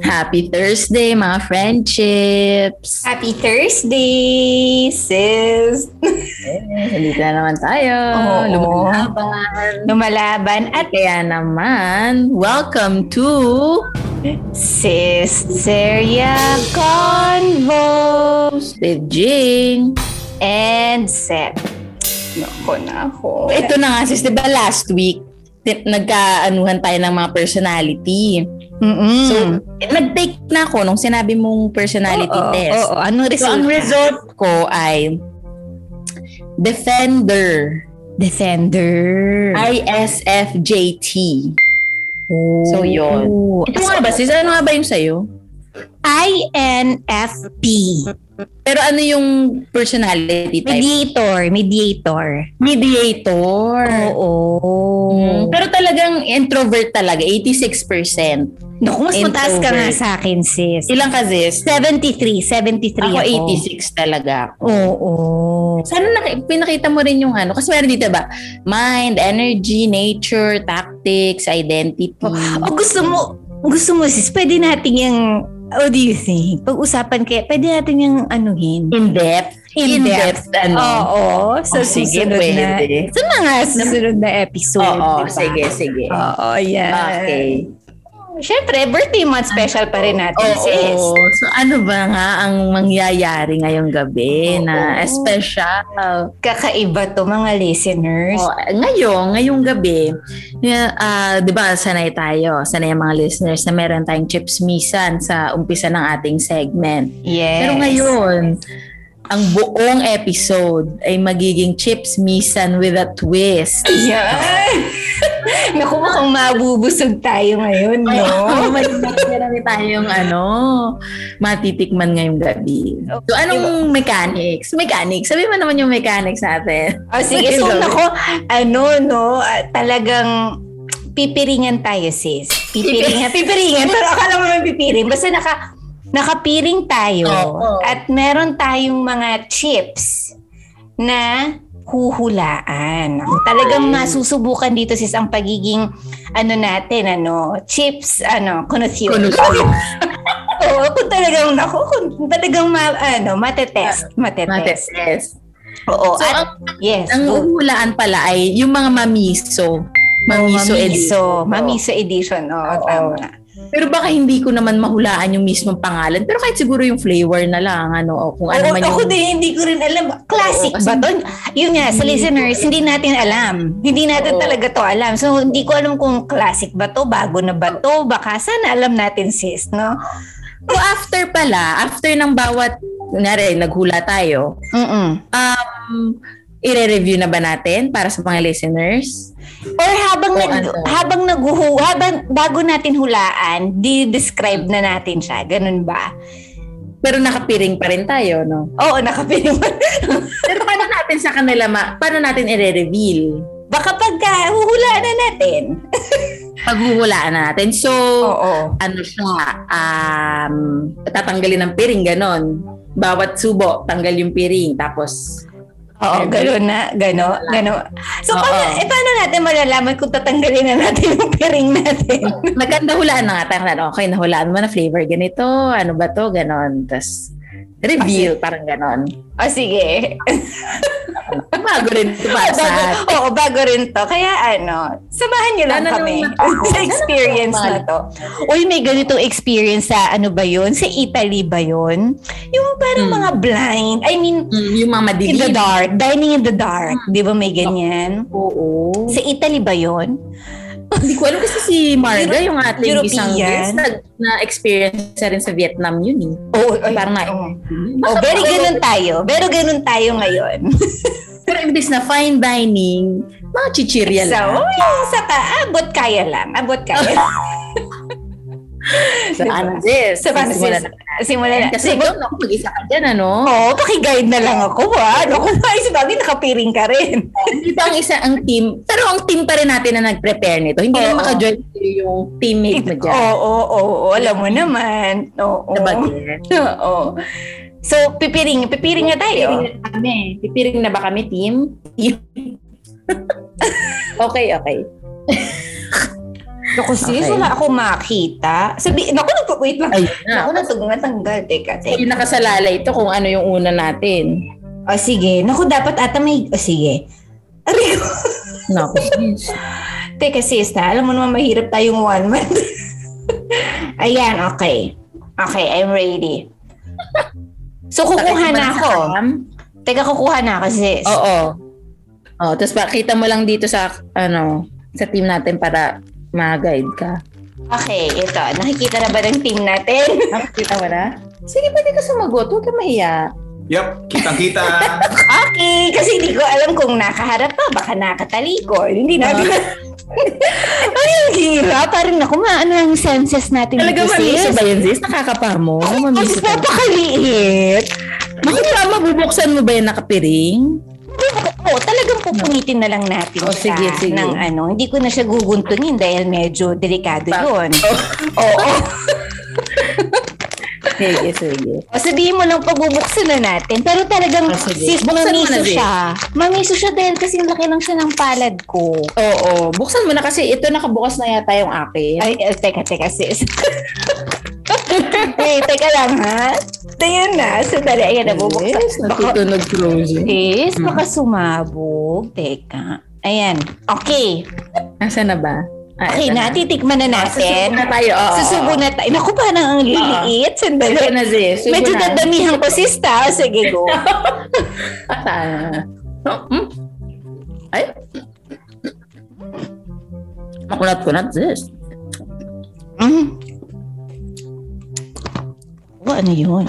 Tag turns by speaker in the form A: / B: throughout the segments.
A: Happy Thursday, mga friendships!
B: Happy Thursday, sis!
A: Eh, Nandito na naman tayo.
B: Oo.
A: Lumalaban.
B: Lumalaban at
A: At kaya naman, welcome to
B: Sisteria Convo
A: with Jing.
B: and Seth. Nako na ako.
A: Ito na nga sis, di ba last week, tin- nagkaanuhan tayo ng mga personality.
B: Mm-mm.
A: So, eh, nag-take na ako nung sinabi mong personality
B: Hmm. Oo,
A: test.
B: Oo, oo. anong
A: So,
B: result?
A: ang result ko ay Defender.
B: Defender.
A: ISFJT. So, yun.
B: Oo.
A: Ito nga ba, sis? Ano nga ba yung sa'yo?
B: INFP.
A: Pero ano yung personality type?
B: Mediator. Mediator.
A: Mediator.
B: Oo.
A: Mm, Pero talagang introvert talaga, 86%.
B: Naku, mas mataas ka nga
A: Introvert.
B: sa akin, sis.
A: Ilang ka, sis?
B: 73. 73
A: Ako
B: ako.
A: 86 talaga.
B: Oo.
A: Sana naki- pinakita mo rin yung ano. Kasi meron dito ba? Mind, energy, nature, tactics, identity.
B: O gusto mo, gusto mo sis, pwede natin yung, what do you think? Pag-usapan kaya, pwede natin yung anuhin.
A: In-depth.
B: In-depth.
A: In-depth, ano.
B: Oo. Sa
A: Oh, sige,
B: susunod
A: pwede.
B: na. diba? Sa mga susunod na episode.
A: Oo,
B: di ba?
A: sige, sige.
B: Oo, yan.
A: Okay.
B: Siyempre, birthday month special pa rin natin, sis.
A: Oo. So ano ba nga ang mangyayari ngayong gabi na
B: Oo.
A: special?
B: Kakaiba to mga listeners.
A: Oh, ngayon, ngayong gabi, yeah, ah, 'di ba, sanay tayo, sanay ang mga listeners na meron tayong chips misan sa umpisa ng ating segment.
B: Yes.
A: Pero ngayon, ang buong episode ay magiging chips misan with a twist.
B: Yan. Naku, mukhang mabubusog tayo ngayon,
A: Ay,
B: no?
A: oh, may marami tayong ano, matitikman ngayong gabi. So, anong mechanics? Mechanics. Sabi mo naman yung mechanics natin.
B: O sige, so
A: Ayun.
B: nako, ano no, ah, talagang pipiringan tayo sis. Pipiringan, pipiringan. Pero akala mo naman pipiring. Basta naka, nakapiring tayo.
A: Oo.
B: At meron tayong mga chips na huhulaan. Talagang masusubukan dito sis ang pagiging ano natin, ano, chips, ano, connoisseur. Oo, kung talagang, naku, kung talagang ma, ano, matetest, matetest.
A: Matetest.
B: Oo,
A: So,
B: Oh, at,
A: ang
B: yes.
A: Ang
B: go.
A: uhulaan pala ay yung mga mamiso. Mamiso,
B: Mamiso
A: edition.
B: Edition. Oh, Mamiso Edition. Oo,
A: Oo.
B: tama.
A: Pero baka hindi ko naman mahulaan yung mismong pangalan. Pero kahit siguro yung flavor na lang. Ano, o kung ano
B: Oo,
A: man
B: ako
A: yung...
B: din, hindi ko rin alam. Classic
A: Oo, kasi-
B: ba to? Yun nga, sa listeners, hindi natin alam. Hindi natin
A: Oo.
B: talaga to alam. So, hindi ko alam kung classic ba to, bago na ba to. Baka sana alam natin, sis, no?
A: So after pala, after ng bawat, nare, naghula tayo,
B: Mm-mm.
A: um, ire-review na ba natin para sa mga listeners?
B: Or habang,
A: Oo,
B: nag,
A: ano?
B: habang naghuhu, habang bago natin hulaan, di-describe na natin siya. Ganun ba?
A: Pero nakapiring pa rin tayo, no?
B: Oo, nakapiling mo.
A: Pero paano natin sa kanila, ma- paano natin ire-reveal?
B: Baka pagka huhulaan na natin.
A: Paghuhulaan na natin. So,
B: Oo.
A: ano siya, um, tatanggalin ng piring, ganon. Bawat subo, tanggal yung piring. Tapos,
B: Oo,
A: Ever.
B: gano'n na, gano'n, gano'n. So,
A: Oo.
B: paano, eh, paano natin malalaman kung tatanggalin na natin yung piring natin?
A: maganda hulaan na nga. Tanggal, okay, nahulaan mo na flavor. Ganito, ano ba to, ganon. Tapos, reveal, parang ganon.
B: O, sige.
A: Bago rin ito pa sa
B: bago, oo, bago rin to. Kaya ano, samahan niyo lang
A: Sana
B: kami
A: naman.
B: sa experience
A: Sana
B: na to. Uy, may ganitong experience sa ano ba yun? Sa Italy ba yun? Yung parang
A: Hmm.
B: mga blind, I mean,
A: Mm, yung mga
B: in the
A: madilim.
B: dark, dining in the dark. Di ba may ganyan?
A: Hmm. Oo.
B: Sa Italy ba yun?
A: Hindi ko alam kasi si Marga,
B: Euro-
A: yung ating isang
B: European.
A: guest, nag- na-experience na rin sa Vietnam yun eh.
B: Oo, ay,
A: Parang nga.
B: oo. Oh, very ganun tayo. Very ganun tayo ngayon.
A: Pero imbis na fine dining, mga chichirya
B: So,
A: lang.
B: yung sa ka, abot kaya lang. Abot kaya lang.
A: So,
B: Diba?
A: ano this?
B: So, paano
A: Simulan
B: sis? Simula na.
A: Kasi
B: Kasi,
A: ikaw, naku, mag-isa ka dyan, ano?
B: Oo, pakiguide na lang ako ha. Ano ko ba? Isa bagay, nakapiring ka rin.
A: Hindi ba ang isa ang team? Pero ang team pa rin natin na nag-prepare nito. Hindi lang
B: Oo.
A: maka-join sa'yo yung teammate mo
B: Oo,
A: dyan.
B: oo, oo. Alam mo naman. Oo.
A: Diba,
B: Oo. So, pipiring, pipiring nga
A: Pipiring
B: tayo.
A: na kami. Pipiring na ba kami, team? Team. okay, okay.
B: Ako sis,
A: Okay.
B: wala ako makita. Sabi, naku, nag wait lang.
A: Ayun na.
B: Naku, natug natanggal. Teka, teka.
A: Hindi nakasalala ito kung ano yung una natin.
B: O sige, naku, dapat ata may, o sige. Aray ko.
A: Naku, sis.
B: Teka sis, ha? alam mo naman mahirap tayong one month. Ayan, okay. Okay, I'm ready. So, kukuha
A: Sakit ba
B: na
A: sa
B: ako.
A: kalam?
B: Teka, kukuha na ako sis.
A: Oo. Oh, tapos pakita mo lang dito sa ano, sa team natin para ma-guide ka.
B: Okay, ito. Nakikita na ba ng team natin?
A: Nakikita mo na? Sige, pwede ka sumagot. Huwag ka mahiya.
C: Yup, kitang-kita.
B: Okay, kasi hindi ko alam kung nakaharap pa, baka nakatalikod. Hindi natin. Ay, ang hirap. Parang naku, maano ang senses natin
A: Talaga
B: dito,
A: mamiso
B: sis?
A: ba yun, sis? Nakakapa mo?
B: Ang
A: Mamiso ka.
B: napakaliit.
A: Bakit ba mabubuksan mo ba yung nakapiring?
B: Oo, talagang pupunitin na lang natin
A: Oh,
B: siya
A: sige, sige.
B: ng ano. Hindi ko na siya guguntunin dahil medyo delikado
A: Ba-
B: yun. Oo.
A: Sige, sige.
B: O sabihin mo lang pagbubuksan na natin. Pero talagang
A: Ah, sige.
B: sis,
A: Buksan mo na,
B: mamiso
A: sis.
B: siya. Mamiso siya dahil kasi laki lang siya ng palad ko.
A: Oo, buksan mo na kasi ito nakabukas na yata yung akin.
B: Ay, eh, teka, teka, sis. Hey, teka lang ha. Tayo na. Sandali, ayan, nabubuksan.
A: Yes, Hmm.
B: Baka,
A: natutunog frozen.
B: sis, baka sumabog. Teka. Ayan. Okay.
A: Nasaan na ba? Ah, ito
B: Okay na, titikman na
A: Susubo na
B: natin.
A: tayo. oo.
B: Susubo na tayo. Naku,
A: Ah.
B: parang ang liliit.
A: Susubo
B: Sandali.
A: na, sis. Subo
B: Medyo
A: na.
B: dadamihan ko, sis, ta. Sige, go.
A: Ah. Mm. Ay. Makunat-kunat, sis.
B: Mm. Oh, ano yun?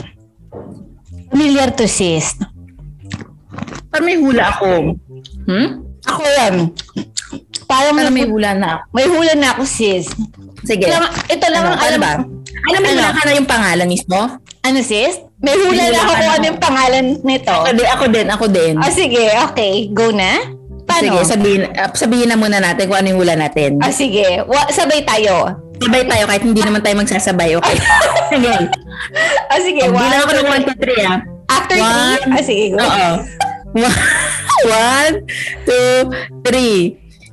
B: Familiar to, sis.
A: Parang may hula ako. Hmm?
B: Ako yan. Parang
A: Parang may
B: may,
A: hula na ako.
B: may hula na ako, sis.
A: Sige.
B: Ito lang- ito lang
A: Ano,
B: ang
A: paano
B: alam.
A: ba? Alam mo,
B: Ano?
A: wala ka na yung pangalan mismo?
B: Ano sis? May hula
A: Hindi wala
B: na ako kung
A: ka
B: ano
A: na. Ano?
B: yung pangalan nito.
A: Ako din, Oh, ako din, ako din.
B: Ah, sige, okay. Go na?
A: Sige,
B: Paano?
A: sabihin, ah, sabihin na muna natin kung ano yung hula natin.
B: Ah, sige. Wa- sabay tayo.
A: Sabay tayo kahit hindi naman tayo magsasabay, okay? Sige.
B: Ah, sige.
A: Hindi
B: One,
A: lang ako ng 1, 2, 3, ah.
B: after three?
A: One.
B: Ah, sige. Go.
A: Oo. One- One, two, three.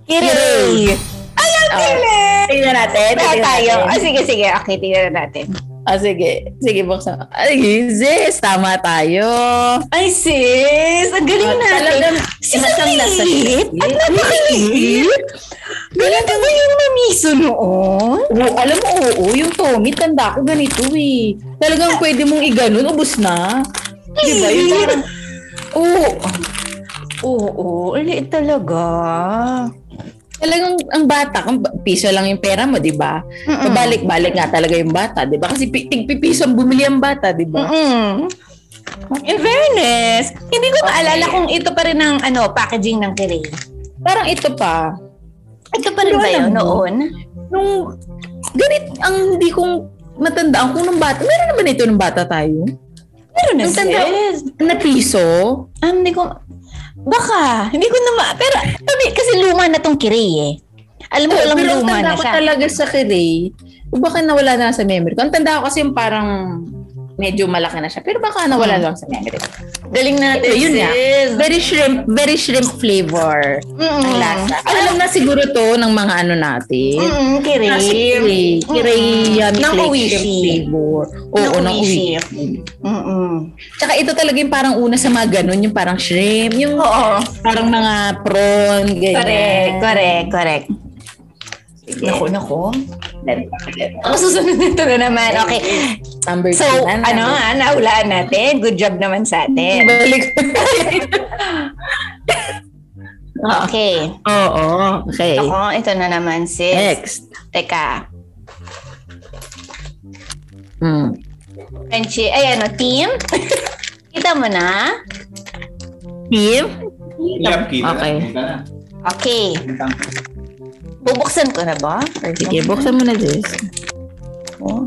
B: Kiray! Oh. Ay, ang
A: Ah.
B: galing!
A: Tingnan natin.
B: Tingnan
A: tingnan
B: tayo.
A: natin.
B: Ah, sige, sige. Okay, tingnan natin.
A: Ah, sige. Sige, buksan. Ay, sis, tama tayo.
B: Ay, sis! Ang galing
A: Ah,
B: natin.
A: talagang
B: Sis, ang
A: masang nasa-
B: liit! Ang napakaliit! Ganito ba yung mamiso noon?
A: Oo, alam mo, oo, yung Tommy, tanda ko ganito eh. Talagang pwede mong iganon, ubus na.
B: Diba?
A: Di ba? Yung
B: Liit.
A: parang, oo,
B: Oo, ang liit talaga.
A: talagang ang bata, ang ba- piso lang yung pera mo, di ba? Pabalik-balik nga talaga yung bata, di ba? Kasi pi- tigpipiso ang bumili ang bata, di ba?
B: Mm-mm. In fairness, hindi ko maalala
A: Okay.
B: kung ito pa rin ang ano, packaging ng Kirin.
A: Parang ito pa,
B: Ito pa rin
A: Pero
B: ba
A: alam
B: yun
A: mo,
B: noon?
A: nung, ganit, ang hindi kong matandaan kung nung bata, meron na ba na ito nung bata tayo?
B: Meron na
A: nung tanda-
B: sis.
A: Na piso?
B: Ah, hindi ko, baka, hindi ko na ma... Pero, sabi, kasi luma na tong Kirin eh. Alam mo,
A: Oo,
B: walang
A: pero ang
B: luma
A: tanda
B: na
A: ko
B: siya.
A: talaga sa Kirei, baka nawala na sa memory ko. Ang tanda ko kasi yung parang medyo malaki na siya. Pero baka nawala
B: Hmm.
A: lang sa memory ko.
B: Galing natin,
A: Yun nga.
B: sis.
A: Very shrimp, very shrimp flavor. Ang lasa.
B: Hmm. Alam
A: Alam na siguro to ng mga ano natin.
B: Mm, Kirin.
A: Nasa Kirei. Kirei
B: Mm-mm.
A: yummy
B: Ng
A: flake
B: Hmm. Oishi.
A: shrimp flavor.
B: Ng
A: Oo, ng
B: Oishi.
A: uwi.
B: Mm-mm.
A: Tsaka ito talaga yung parang una sa mga ganun, yung parang shrimp, yung
B: Oo.
A: parang mga prawn, ganyan.
B: Correct, correct, correct. Naku, naku. Ako susunod nito na naman. Okay.
A: Number
B: So,
A: two na
B: ano,
A: natin.
B: ah, nahulaan natin. Good job naman sa atin.
A: Balik. Oo.
B: Okay.
A: Oo. Okay.
B: Ako, ito na naman, sis.
A: Next.
B: Teka.
A: Hmm.
B: Frenchie, ay ano, team? Kita mo na?
A: Team?
C: Yup, kita.
A: Okay.
C: Kita na.
B: Okay. Bubuksan ko na ba? Or
A: Sige, buksan mo na, Jess.
B: Oh.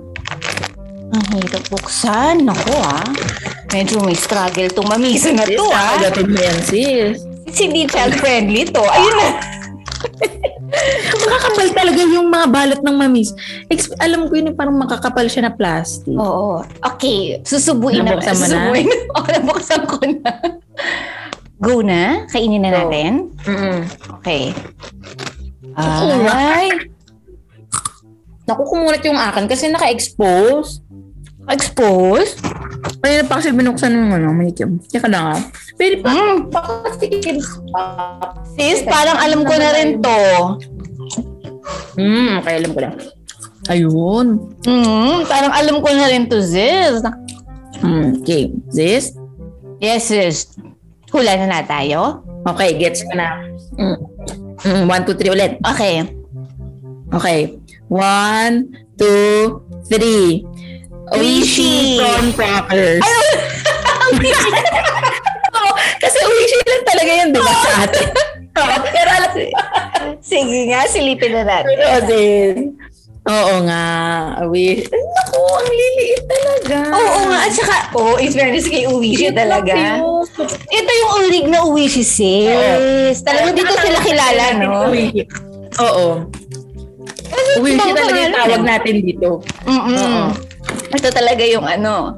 B: Ang hirap buksan. Naku, ah. Medyo may struggle tong mamisa na to, ah.
A: Agapin mo yan, sis.
B: Kasi hindi child-friendly to. Ayun na.
A: Makakapal talaga yung mga balat ng mamis. Ex- alam ko yun, yung parang makakapal siya na plastic.
B: Oo. Okay, susubuin na.
A: Nabuksan mo na?
B: Susubuin. Oo, nabuksan ko na. Go na? Kainin na
A: Go.
B: natin?
A: Mm-mm.
B: Okay.
A: Ako,
B: Ay.
A: Naku, kumunat yung akin kasi naka-expose.
B: Expose?
A: Kanina pa kasi binuksan yung ano, manikim. Teka na nga. Pwede pa.
B: Mm, sis, parang alam ko na rin to.
A: Hmm, kaya alam ko na. Ayun.
B: Mm, parang alam ko na rin to, sis.
A: Hmm, okay. This?
B: Yes, sis. Hula na na tayo.
A: Okay, gets ko na. Mm. Mm, one, two, three ulit.
B: Okay.
A: Okay. One, two, three.
B: Wishy.
A: Wishy from crackers. Oo, kasi wishy lang talaga yun, di ba, sa atin? Pero alam,
B: Sige nga, silipin na natin.
A: pero din. Oo nga. Wish. Ay, Naku, ang liliit talaga.
B: Oo nga, at saka, oh, in fairness kay Uwishi talaga. Ito yung urig na Uwishi, sis. Talagang dito sila kilala, no?
A: Uwishi. Oo. Uwishi talaga Ano yung tawag natin dito. Oo.
B: Mm-mm. Ito talaga yung ano.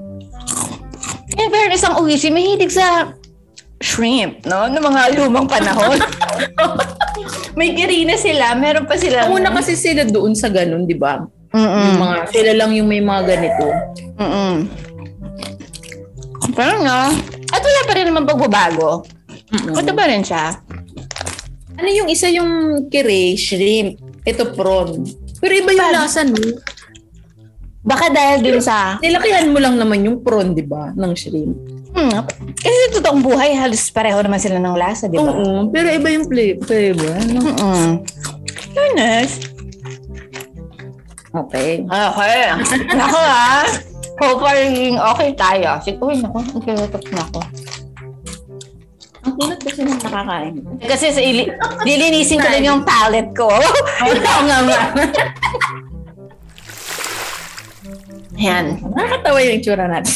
B: Eh, In fairness, ang Uwishi mahilig sa shrimp, no? Noong mga lumang panahon. May kirina sila, meron pa sila.
A: Ang una kasi sila doon sa ganun, di ba? Yung
B: Mm-mm.
A: mga, sila lang yung may mga ganito.
B: Mm-mm. Pero nga, at wala pa rin naman pagbabago. Ito ba rin siya?
A: Ano yung isa yung kire, shrimp, ito prawn. Pero iba yung
B: Paano?
A: lasa, no?
B: Baka dahil dun sa...
A: Nilakihan mo lang naman yung prawn, di ba? Ng shrimp.
B: Hmm, kasi sa totoong buhay, halos pareho naman sila ng lasa, di ba?
A: Oo. Pero iba yung fla- flavor. Ano?
B: Mm-mm. Fairness.
A: Okay.
B: Okay. Nako ah. Hopefully, okay tayo. Sige, uy, nako. Nagkilotop na ako.
A: Ang kunat kasi nang nakakain.
B: Kasi sa ili- lilinisin ko lang yung palette ko.
A: Oo nga nga.
B: Ayan.
A: Nakakatawa yung itsura natin.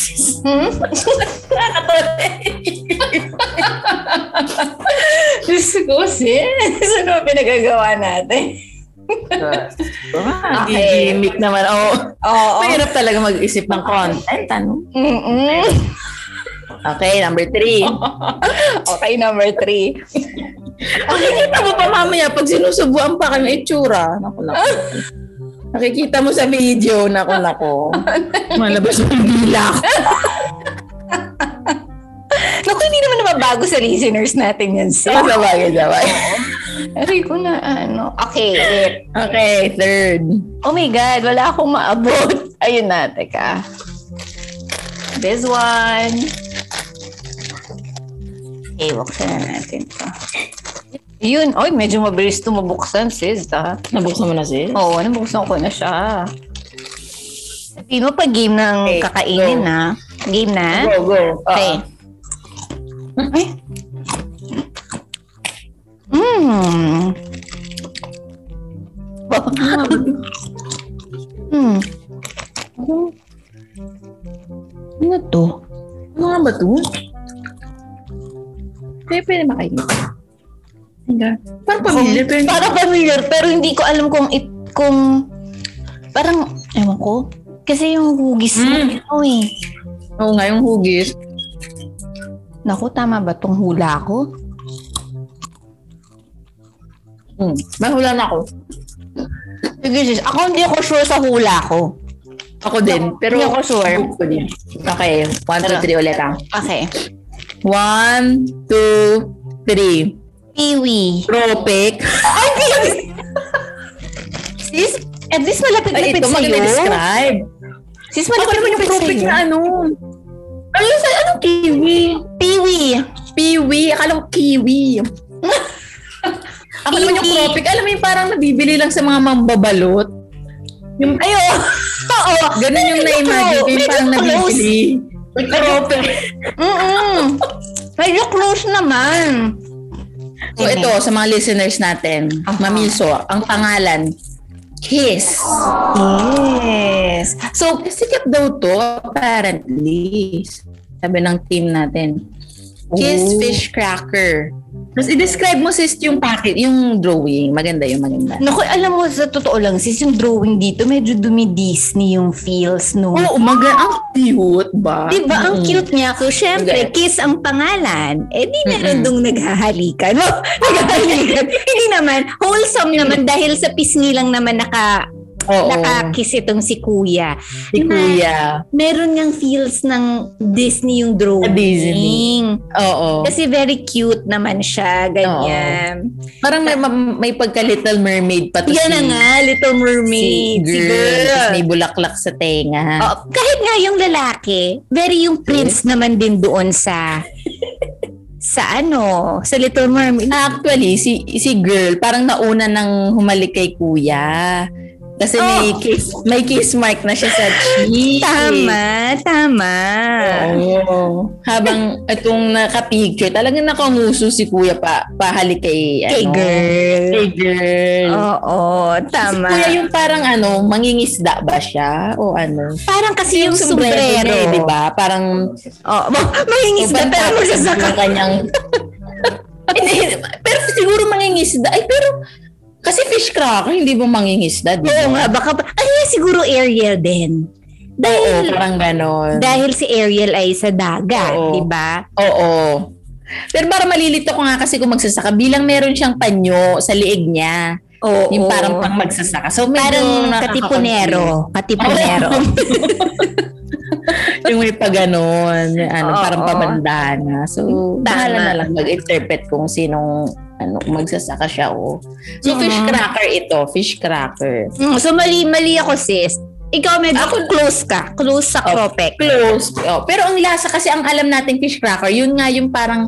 B: Hmm? Diyos ko, sis. Ano ba pinagagawa natin?
A: Okay. Gimmick naman. Oo.
B: Oo.
A: Mahirap talaga mag-isip ng content, ano?
B: Mm-mm.
A: Okay, number three.
B: Okay, number three.
A: Makikita Oh, mo pa mamaya pag sinusubuan pa kami itsura. Naku, naku. Nakikita mo sa video, naku, naku. Malabas mo yung bilak.
B: Naku, hindi naman nababago sa listeners natin yan, sis.
A: Ah, Sabagay, sabagay.
B: Aray ko na, ano. Okay, wait.
A: Okay, Eh, third.
B: Oh my God, wala akong maabot. Ayun na, teka. This one. Okay, buksan na natin to. Yun, oy, medyo mabilis to mabuksan, sis, ha?
A: Nabuksan mo na, sis?
B: Oo, nabuksan ko na siya. Sabihin mo pa game ng
A: Okay,
B: kakainin,
A: go.
B: na. Game na?
A: Go, go. Ah.
B: Okay.
A: Okay.
B: Ay. Hmm. Mmm. Hmm. Ano to?
A: Ano nga ba to? Pwede, pwede makainin. Hindi. Parang pamilya, pero hindi.
B: Parang familiar, pero hindi ko alam kung it, kung, parang, ewan ko, kasi yung hugis na
A: Mm.
B: ito eh.
A: Oo nga, yung hugis.
B: Naku, tama ba tong hula ko?
A: Hmm. Mahula na ako.
B: Sige, sis. Ako hindi ako sure sa hula ko.
A: Ako din.
B: Hindi
A: Pero
B: ako sure.
A: Ako din. Okay, one, two,
B: Pero-
A: three ulit ah.
B: Okay.
A: One, two, three.
B: Kiwi.
A: Tropic.
B: Ay, kiwi! sis, at least
A: Ay,
B: malapit-lapit
A: ito
B: sa'yo.
A: mag-describe.
B: Sis,
A: Ano naman yung
B: malapit-lapit
A: tropic
B: sa'yo.
A: na ano? Ano yung sa anong kiwi?
B: Piwi.
A: Piwi. Akala ko kiwi. Ako naman yung
B: Kiwi.
A: tropic. Alam mo yung parang nabibili lang sa mga mambabalot. Yung,
B: Ayo. Oo.
A: ganun yung
B: Medyo
A: na-imagine ko.
B: close.
A: Yung parang
B: Medyo close.
A: nabibili. Tropic.
B: Mm-mm. Medyo close naman.
A: So Oh, ito, sa mga listeners natin,
B: Aha.
A: Mamilso, ang pangalan, Kiss.
B: Yes.
A: So, sikat daw to, apparently. Sabi ng team natin. Kiss
B: Oh.
A: fish cracker. Tapos i-describe mo sis yung packet, yung drawing. Maganda yung maganda.
B: Naku, alam mo, sa totoo lang, sis, yung drawing dito, medyo dumi-Disney yung feels, no?
A: Oo, maganda. Ang cute ba?
B: Di ba? diba? Ang
A: Mm.
B: cute niya. So, syempre,
A: Correct.
B: kiss ang pangalan. Eh, di meron
A: Mm-mm.
B: dong naghahalikan. No? naghahalikan. Hindi naman. Wholesome naman dahil sa pisngi lang naman naka
A: Oo.
B: nakakiss itong si Kuya.
A: Si Kuya.
B: Meron ngang feels ng Disney yung
A: Ah,
B: drawing. Oh.
A: Disney. Oo.
B: Kasi very cute naman siya, ganyan.
A: Parang may, may pagka Little Mermaid pa to si-
B: Yan na nga, Little
A: si
B: Mermaid.
A: girl.
B: Si
A: Tapos
B: girl.
A: may bulaklak sa tenga.
B: Oh, kahit nga yung lalaki, very yung prince naman din doon sa sa ano, sa Little Mermaid.
A: Ah, Actually, si si girl parang nauna nang humalik kay kuya. Kasi may
B: Oh.
A: kiss, may kiss mark na siya sa cheek.
B: Tama, tama.
A: Oo. Habang itong nakapicture, talagang nakamuso si kuya pa pahalik kay
B: Kay
A: ano,
B: girl.
A: Kay girl.
B: Oo, tama.
A: Si kuya yung parang ano, mangingisda ba siya o ano?
B: Parang kasi yung, sombrero.
A: niya eh, di ba? Parang
B: Oh, ma- mangingisda
A: Ibang
B: pero
A: tapos
B: magsasaka.
A: yung kanyang... Hindi, pero siguro mangingisda. Ay, pero... Kasi fish cracker, hindi mo mangingisda, di ba?
B: Oo nga, baka, ay, siguro Ariel din.
A: Oo,
B: Dahil,
A: parang ganon.
B: dahil si Ariel ay sa dagat,
A: Oo.
B: diba? di ba?
A: Oo. Pero parang malilito ko nga kasi kung magsasaka. Bilang meron siyang panyo sa liig niya.
B: Oo.
A: Yung parang pang magsasaka. So, medyo
B: Parang
A: nakaka-confuse.
B: katipunero. Katipunero.
A: yung may pa ganon. yung Ano,
B: Oo,
A: parang
B: oo.
A: pabandana. So,
B: Tama.
A: bahala na lang mag-interpret kung sinong ano, kung magsasaka siya o. So, fish
B: Mhm.
A: cracker ito. Fish cracker.
B: Mm, so mali mali ako sis. Ikaw medyo close ka. Close sa
A: Oh.
B: Cropec.
A: Close. Oh. Pero ang lasa kasi ang alam natin fish cracker, yun nga yung parang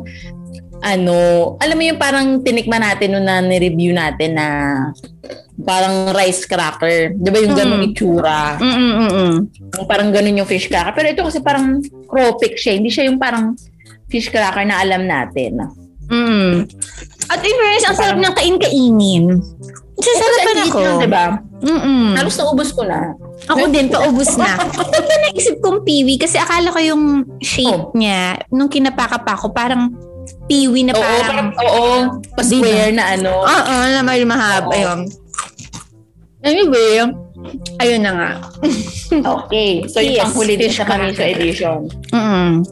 A: ano, alam mo yung parang tinikman natin noon na ni-review natin na parang rice cracker. Di ba yung ganun
B: Mm.
A: itsura?
B: Mm, mm, mm, mm.
A: Yung Parang ganun yung fish cracker. Pero ito kasi parang cropic siya. Hindi siya yung parang fish cracker na alam natin.
B: Mm. At in fairness, ang sarap
A: Parang-
B: ng kain-kainin. Sasarapan
A: Kasi ang
B: ako. Hmm.
A: liit lang, diba? Di ba?
B: Mm-mm.
A: Halos naubos ko na.
B: Ako din, paubos na. Ba't ba naisip kong piwi? Kasi akala ko yung
A: Oh.
B: shape niya, nung kinapakapa ko, parang piwi na
A: Oo, parang,
B: parang... Ah,
A: oo. Pa-square na ano.
B: Oo, na may mahab.
A: Oo.
B: Ayun. Anyway, ayun na nga.
A: Okay. So, yung
B: Yes,
A: panghuli din
B: fish
A: sa Pamiso
B: cracker.
A: edition.
B: Mm-mm.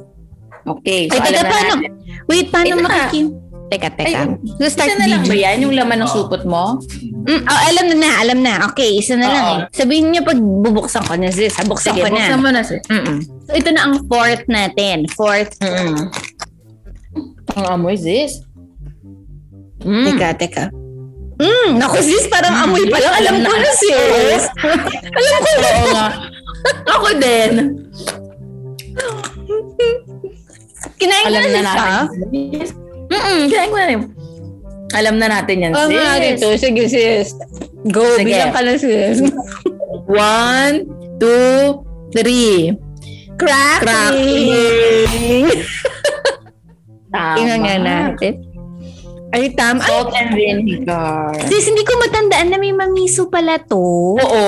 A: Okay.
B: Ay, teka,
A: na
B: paano?
A: natin.
B: Wait,
A: Ayun
B: paano
A: na.
B: makikin? Teka, teka.
A: Ay,
B: Let's
A: Isa
B: start
A: na lang ba
B: video.
A: yan? Yung laman ng supot mo?
B: Mm, oh, alam na na, alam na. Okay, isa na lang
A: Oo.
B: eh. Sabihin niyo pag bubuksan ko na sis, buksan ko na.
A: buksan mo na siya.
B: Mm-mm. So, ito na ang fourth natin. Fourth.
A: Ang amoy sis. Mm.
B: Teka, teka. Mm, naku sis, parang amoy pa lang. Alam ko na sis. alam ko na.
A: Oo nga. Ako din.
B: Kinain ko
A: Alam
B: na
A: na
B: sis ah.
A: natin.
B: ha?
A: Yes. Mm-mm, kaya ko na rin. Alam na natin yan,
B: Oh,
A: sis.
B: nga dito. Sige sis. Go,
A: Sige.
B: bilang ka na sis.
A: One, two, three.
B: Cracking.
A: Tama.
B: Tingnan nga natin. Ay, tama. Ay,
A: Salt and vinegar.
B: sis, hindi ko matandaan na may mamiso pala to.
A: Oo.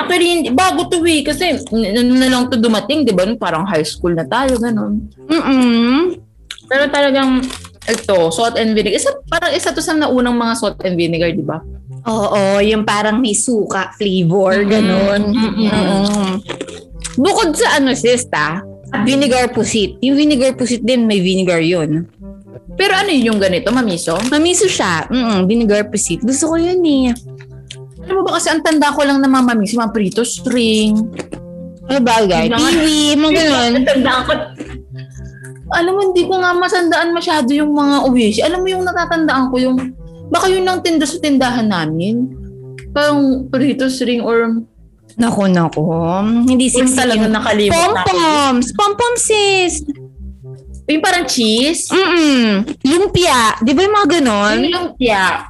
A: Actually, hindi- bago to eh. Kasi, n- n- na lang to dumating, di ba? Nung Parang high school na tayo, ganun.
B: Mm-mm.
A: Pero talagang, ito, salt and vinegar. Isa, parang isa to sa naunang mga salt and vinegar, di ba?
B: Oo, yung parang may suka flavor, ganun.
A: Mm-mm.
B: Mm-mm. Bukod sa ano, sista, vinegar pusit. Yung vinegar pusit din, may vinegar yun.
A: Pero ano yun yung ganito, mamiso?
B: Mamiso siya. Mm-mm, vinegar pusit. Gusto ko yun eh.
A: Alam mo ba kasi ang tanda ko lang na mga mamiso, mga prito string.
B: Ano bagay?
A: Yung mga-
B: Kiwi, mga ganun.
A: Tandaan ko. Alam mo, hindi ko nga masandaan masyado yung mga uwish. Alam mo yung natatandaan ko yung, baka yun lang tinda sa tindahan namin. Parang prito string or
B: Naku, naku. Hindi
A: yung
B: siksik
A: talaga
B: yun.
A: nakalimot
B: Pom-poms! Pom-pom sis!
A: Yung parang cheese.
B: Mm-mm. Lumpia. Di ba yung mga ganun?
A: Yung lumpia.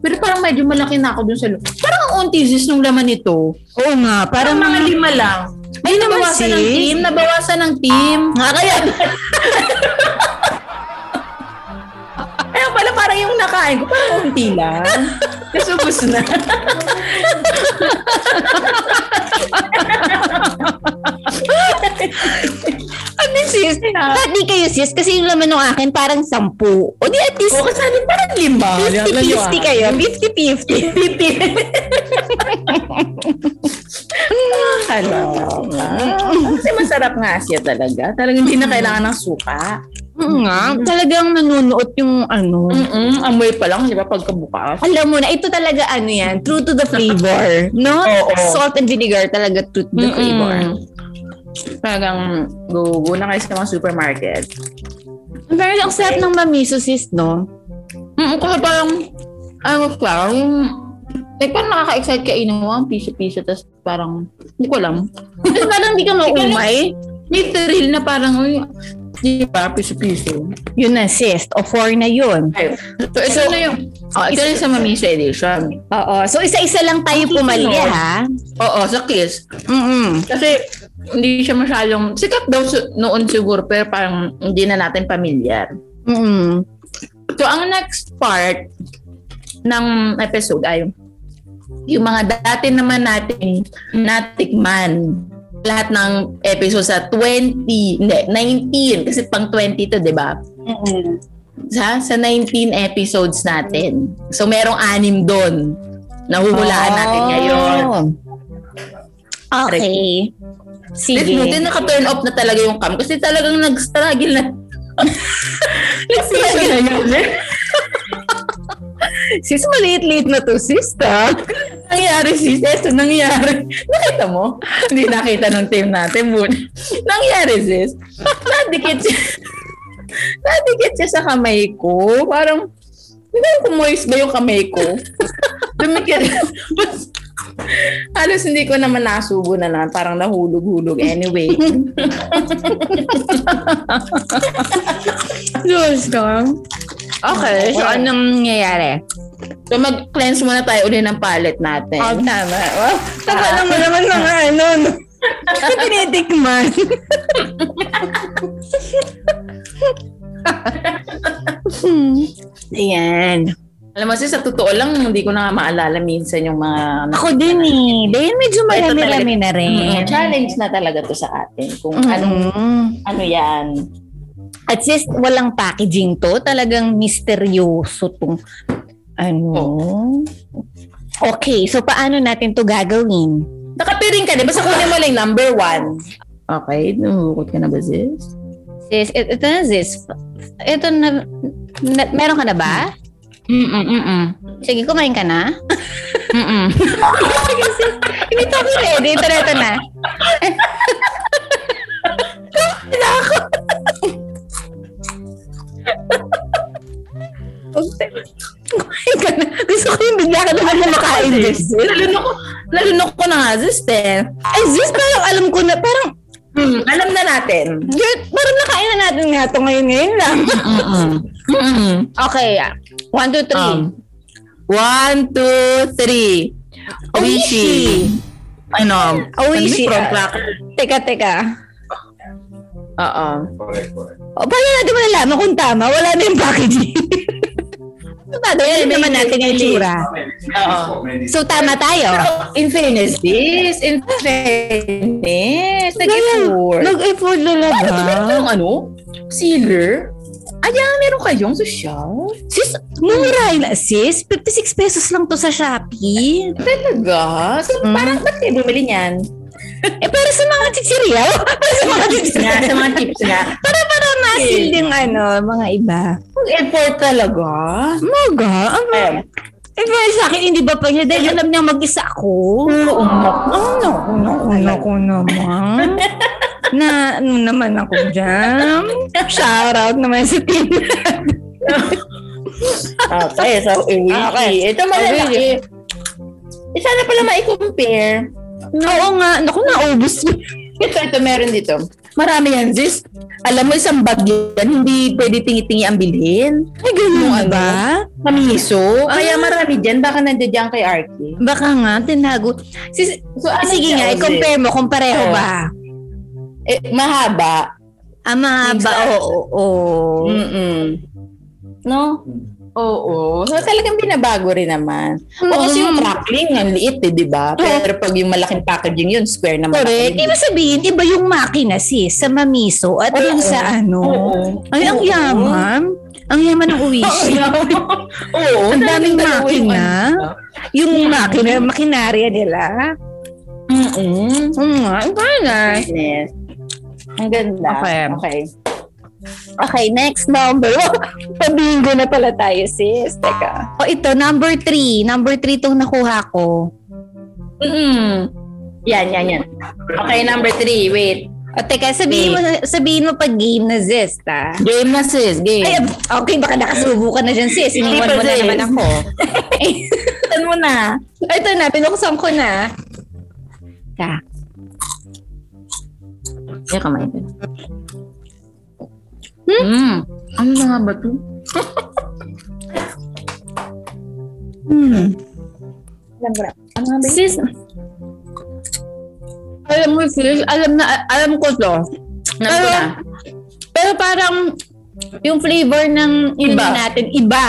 A: Pero parang medyo malaki na ako dun sa lumpia. Parang ang ontisis nung laman nito.
B: Oo nga,
A: Parang
B: parang
A: mga
B: mga...
A: lima lang. Ay,
B: Ay, naman,
A: nabawasan ng
B: sis.
A: team. Nabawasan ng team.
B: Nga kaya,
A: Ah. Ayun pala, parang yung nakain ko. Parang unti lang. Tapos ubus na.
B: Ano sis?
A: Ah.
B: Ba't di kayo sis? Kasi yung laman ng akin parang sampu. O di at least
A: O, kasi ah. sabi, parang lima.
B: 50-50 kayo. 50-50.
A: 50. Ano? Kasi masarap nga siya talaga. Talagang hindi na kailangan ng suka.
B: Oo nga, talagang nanunuot yung ano.
A: Mm-mm, amoy pa lang, di ba, pagkabukas.
B: Alam mo na, ito talaga ano yan, true to the flavor. No?
A: Oo.
B: Salt and vinegar talaga true to the flavor.
A: Talagang go, go na kayo sa mga supermarket.
B: Pero ang sarap ng mamiso sis, no?
A: Mm, kasi parang, ano parang, like parang nakaka-excite ka inom mo, ang piso-piso, tapos parang, hindi ko alam. Kasi parang hindi ka maumay. May thrill na parang, uy, di ba, piso-piso.
B: Yun na sis, o four na yun.
A: So, ito na yung, oh, ito na yung sa Mamiso Edition.
B: Oo, so isa-isa lang tayo pumalya ha.
A: Oo, sa Kiss.
B: Mm-mm.
A: Kasi, hindi siya masyadong, sikat daw su- noon siguro, pero parang hindi na natin pamilyar.
B: Mm-mm.
A: So, ang next part ng episode ay yung mga dati naman natin natikman lahat ng episode sa 20, hindi, 19, kasi pang 20 to, di ba? Sa, sa 19 episodes natin. So, merong anim doon. Nahuhulaan natin
B: Oh.
A: ngayon.
B: Okay.
A: Sige.
B: Sige.
A: Buti naka-turn off na talaga yung cam kasi talagang nag-struggle na. nag-struggle na yun.
B: Sis, maliit-liit na to, sis, ta.
A: Nangyari sis, eto nangyari. Nakita mo? Hindi nakita ng team natin. But, nangyari sis, nadikit siya. nadikit siya sa kamay ko. Parang, hindi ko moist ba yung kamay ko? Dumikit. Halos hindi ko naman nasubo na lang. Parang nahulog-hulog anyway.
B: Diyos ka. Okay, so anong nangyayari?
A: So mag-cleanse muna tayo uli ng palette natin.
B: Oh, tama. Oh, tama lang mo naman mga ano. no? Tinitikman. Hmm. Ayan.
A: Alam mo sis, sa totoo lang, hindi ko na nga maalala minsan yung mga...
B: Ako din eh. Dahil medyo
A: Ito
B: marami-rami
A: talaga-
B: na rin.
A: Mm, challenge na talaga to sa atin. Kung anong,
B: Mm.
A: ano yan.
B: At sis, walang packaging to. Talagang misteryoso tong ano. Okay, so paano natin to gagawin?
A: Nakapiring ka, di ba? Sa kunin mo lang yung number one. Okay, nahuhukot ka na ba sis?
B: Sis, it- ito na sis. Ito na, na meron ka na ba?
A: Mm-mm, mm-mm.
B: Sige, kumain ka na.
A: Mm-mm.
B: Hindi pa ako ready. Ito na, ito na. Kumain ka na. Gusto ko yung bigla ka naman na makain this.
A: Nalunok ko, nalunok ko na nga sis, te.
B: eh. Ay, sis, parang alam ko na, parang,
A: Mm, alam na natin.
B: yun, parang nakain na natin nga ito ngayon ngayon lang.
A: Mm-mm. Mm-mm.
B: Okay, one, two, three.
A: Um, one, two, three. Oishi. Ano?
B: Oishi.
A: From cracker.
B: Teka, teka.
A: Oo.
C: Correct, correct.
B: O, paano natin malalaman kung tama? Wala na yung packaging. Ano ba? Dawin naman natin yung tsura. So, tama tayo.
A: In fairness, this. In fairness. Nag-effort.
B: Nag-effort na lang
A: Ano ba
B: ha?
A: yung ano? Sealer? Ayan, meron kayong social?
B: Sis, mumirahin na sis. 56 pesos lang to sa Shopee.
A: Talaga? So,
B: Mm.
A: parang ba't kayo bumili niyan?
B: Eh, para sa mga chichiryaw. para sa mga chichiryaw.
A: sa mga tips nga.
B: Parang nasil yung ano, mga iba.
A: Mag-effort talaga?
B: Maga, ano?
A: Ayan.
B: Eh, para sa akin, hindi ba pa niya? Dahil alam niya mag-isa ako.
A: Oo, mak-
B: Ano, ano, ano ko naman. na ano naman ako dyan. Shout out naman sa team.
A: Okay, Oh, so Uwishi.
B: Okay.
A: Ito malalaki. Eh, sana pala ma-compare.
B: Oo nga, naku, naubos ko.
A: Ito, ito, meron dito. Marami yan, sis. Alam mo, isang bag yan, hindi pwede tingi-tingi ang bilhin.
B: Ay, ganun
A: Ano, ano?
B: ba?
A: Mamiso. Kaya marami dyan, baka nandiyan kay Arky.
B: Baka nga, tinago. Sis,
A: So, ano
B: sige
A: siya,
B: nga,
A: Ozzy?
B: i-compare mo kung pareho
A: Oo.
B: ba.
A: Eh, mahaba.
B: Ah, mahaba,
A: Exactly.
B: oo, oo.
A: Mm. Mm-mm. No? Oo. So, talagang binabago rin naman. O, kasi yung crackling, ang liit eh, di ba? Pero pag yung malaking packaging yun, square naman.
B: Correct. Ibig sabihin, iba yung makina sis sa mamiso at yung
A: Oo.
B: sa ano. Ay, ang yaman. Ang yaman ng
A: Oo.
B: Uwishi.
A: Oo.
B: Ang
A: talagang
B: daming
A: dalawa yung
B: makina.
A: ano.
B: Yung makina, makinarya nila.
A: Mm-mm.
B: Mm, ang bagay.
A: Yes. Ang ganda.
B: Okay.
A: Okay.
B: Okay, next number. Pabingo na pala tayo, sis. Teka. O ito, number three. Number three itong nakuha ko.
A: Mm. Yan, yan, yan. Okay, number three. Wait.
B: O Oh, teka, sabihin mo, sabihin mo pag game na, sis, ta?
A: Game na sis, game.
B: Ay, ab- okay, baka nakasubo ka na dyan, sis. Iniwan mo na
A: Sis.
B: naman ako.
A: Tan mo na.
B: Ito na, pinuksan ko na. Ka.
A: Yung kamay ko. Hmm? Ano na nga ba to?
B: Hmm.
A: Sis,
B: Alam mo, sis, alam na, alam ko to.
A: alam ko na.
B: Pero parang yung flavor ng
A: Iba.
B: iba natin, iba.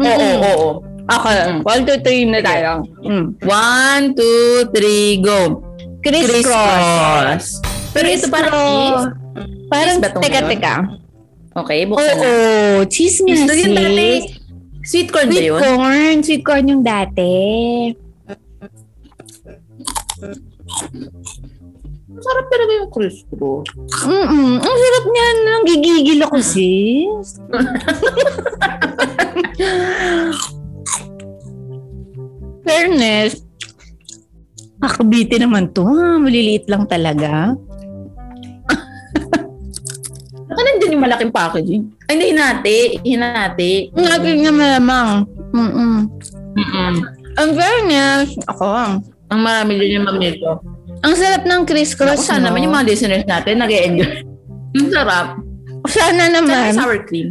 A: Oo, oo, oo.
B: Okay,
A: Mm.
B: one, two, three na tayo. Mm.
A: One, two, three, go.
B: Criss cross.
A: Pero ito parang cheese.
B: Parang,
A: Cheese ba tong
B: teka,
A: yun?
B: teka.
A: Okay,
B: Oo,
A: buksan na.
B: cheese nga,
A: Gusto yung dati.
B: sis.
A: Sweet corn ba
B: Sweet
A: yun?
B: corn, sweet corn yung dati.
A: Masarap talaga yung crisp bro.
B: Mm-mm. Ang sarap niya, nanggigigil ako,
A: Mm.
B: sis. Fairness, Kakabiti naman to. ah. Maliliit lang talaga.
A: Baka nandyan yung malaking packaging. Ay, hindi, hinati. Hinati.
B: Lagi niya malamang. Mm-mm.
A: Mm-mm.
B: Ang fairness, ako.
A: Ang marami din yung mamito.
B: Ang sarap ng Chris
A: Pero
B: Cross,
A: sana naman yung mga listeners natin nag enjoy Ang sarap.
B: Sana
A: Sarap
B: naman.
A: yung sour cream.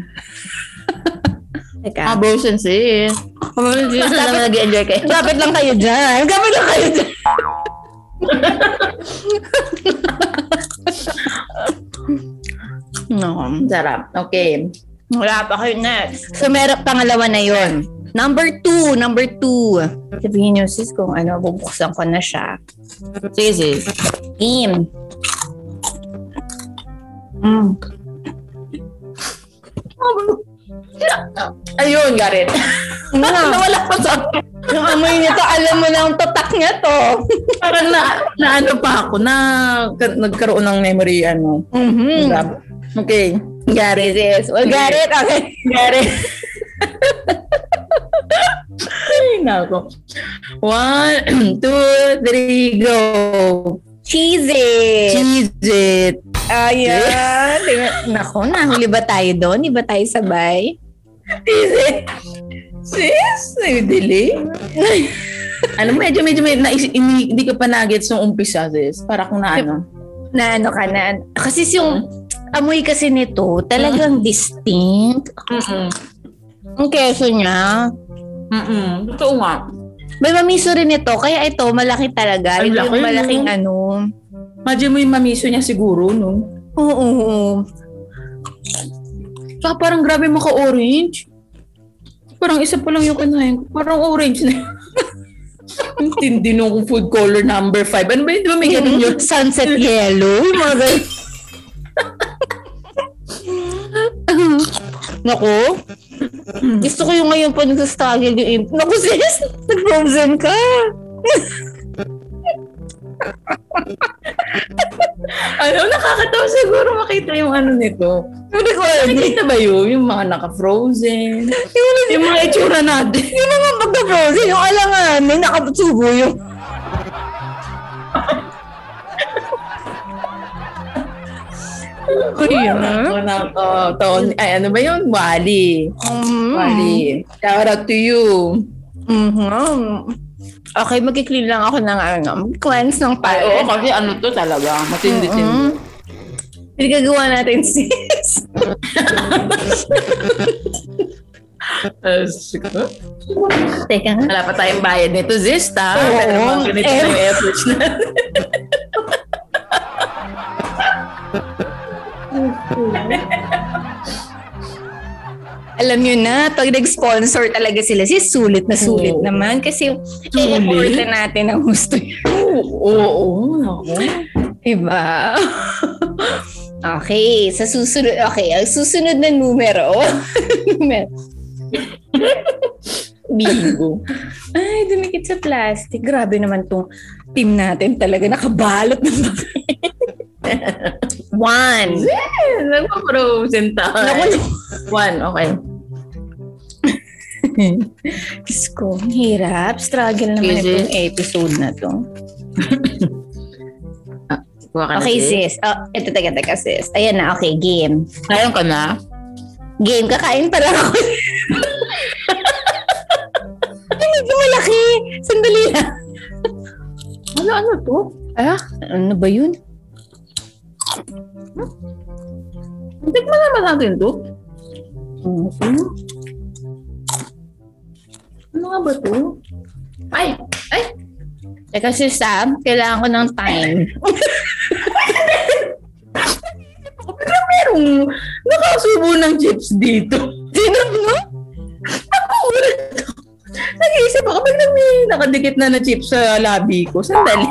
B: Teka.
A: Ah, bros and sis. Sana naman nag enjoy kayo.
B: Gapit eh. lang kayo dyan. Gapit lang kayo dyan. no.
A: Ang Sarap. Okay.
B: Wala pa kayo next. So, meron pangalawa na yon. Number two. Number two. Sabihin niyo sis kung ano, bubuksan ko na siya.
A: Sige, sis.
B: Team. Mm.
A: Ayun, Garet.
B: Ano?
A: Nawala ko sa...
B: Yung amoy nito, alam mo na ang tatak niya to.
A: Parang na, na ano pa ako, na ka- nagkaroon ng memory, ano.
B: Mm-hmm.
A: Sarap. Okay.
B: Garit. Yes. Well, garit. Okay.
A: Garet. Ay, nako. One, two, three, go.
B: Cheesy.
A: Cheese it.
B: Ayan. Tingnan- Nako, nahuli ba tayo doon? Iba tayo sabay?
A: Sis, nagdelay. ano, medyo, medyo, medyo, nais- ini- hindi ko pa nagets yung umpisa, sis. Para kung na ano.
B: Na ano ka na. Kasi yung amoy kasi nito, talagang distinct.
A: Mm-mm.
B: Ang keso niya.
A: Mm-mm. Totoo nga.
B: May mamiso rin ito. Kaya ito, malaki talaga.
A: Ang
B: Ito yung
A: laki, no?
B: malaking ano.
A: Imagine mo yung mamiso niya siguro, no?
B: Oo. oo.
A: Tsaka parang grabe maka-orange. Parang isa pa lang yung kanahin ko. Parang orange na yun. Ang tindi nung food color number 5. Ano ba yun? Di ba may ganun yun?
B: Yung sunset yellow. yung Mga ganun. Naku. Gusto ko yung ngayon pa nagsastagil yung imp. Naku sis, nag-frozen ka.
A: Ano, nakakatawa siguro makita yung ano nito.
B: Hindi ko alam.
A: Nakikita ba yun? Yung mga naka-frozen. yung mga itsura natin.
B: Yung mga pagka-frozen, yung alangan, may nakapatsubo yung...
A: Ako na to. Taon, ay, ano ba yun? Wali. Hmm.
B: Mm.
A: Wali. Shout out to you.
B: Mhm. Okay, magki-clean lang ako ng ano, cleanse ng
A: oo,
B: palate.
A: kasi ano to talaga. Matindi-tindi.
B: Mm. Pinagagawa natin sis.
A: Uh, siguro.
B: Teka nga.
A: Wala pa tayong bayad nito, Zista.
B: Oo.
A: Pero mga ganito
B: Eh.
A: na yung efforts natin.
B: Alam nyo na, pag nag-sponsor talaga sila, sis, sulit na sulit
A: Oo.
B: naman. Kasi yung
A: Sulit?
B: i-effort na natin ang gusto yun.
A: Oo, oo, ako.
B: Diba? okay, sa susunod, okay, ang susunod na numero. numero.
A: Bingo.
B: Ay, dumikit sa plastic. Grabe naman tong team natin talaga. Nakabalot ng One.
A: Yes! Nagpa-frozen tayo.
B: Naku,
A: One, okay.
B: Diyos ko, ang hirap. Struggle
A: Okay,
B: naman itong episode na to.
A: Kuha ka na,
B: Okay,
A: sis.
B: sis. Oh, ito, taga, taga, sis. Ayan na, okay, game.
A: Ayun ka na?
B: Game, kakain pa lang ako. Ay, medyo malaki. Sandali lang.
A: Ano, ano to?
B: Ah, ano ba yun?
A: Tikman naman natin to.
B: Mm-hmm.
A: Ano nga ba to? Ay! Ay!
B: Teka, sis, ah, kailangan ko ng time.
A: Pero merong nakasubo ng chips dito. Sino mo? Ako ulit ako. Nag-iisip ako, ba't na may nakadikit na na chips sa labi ko? Sandali.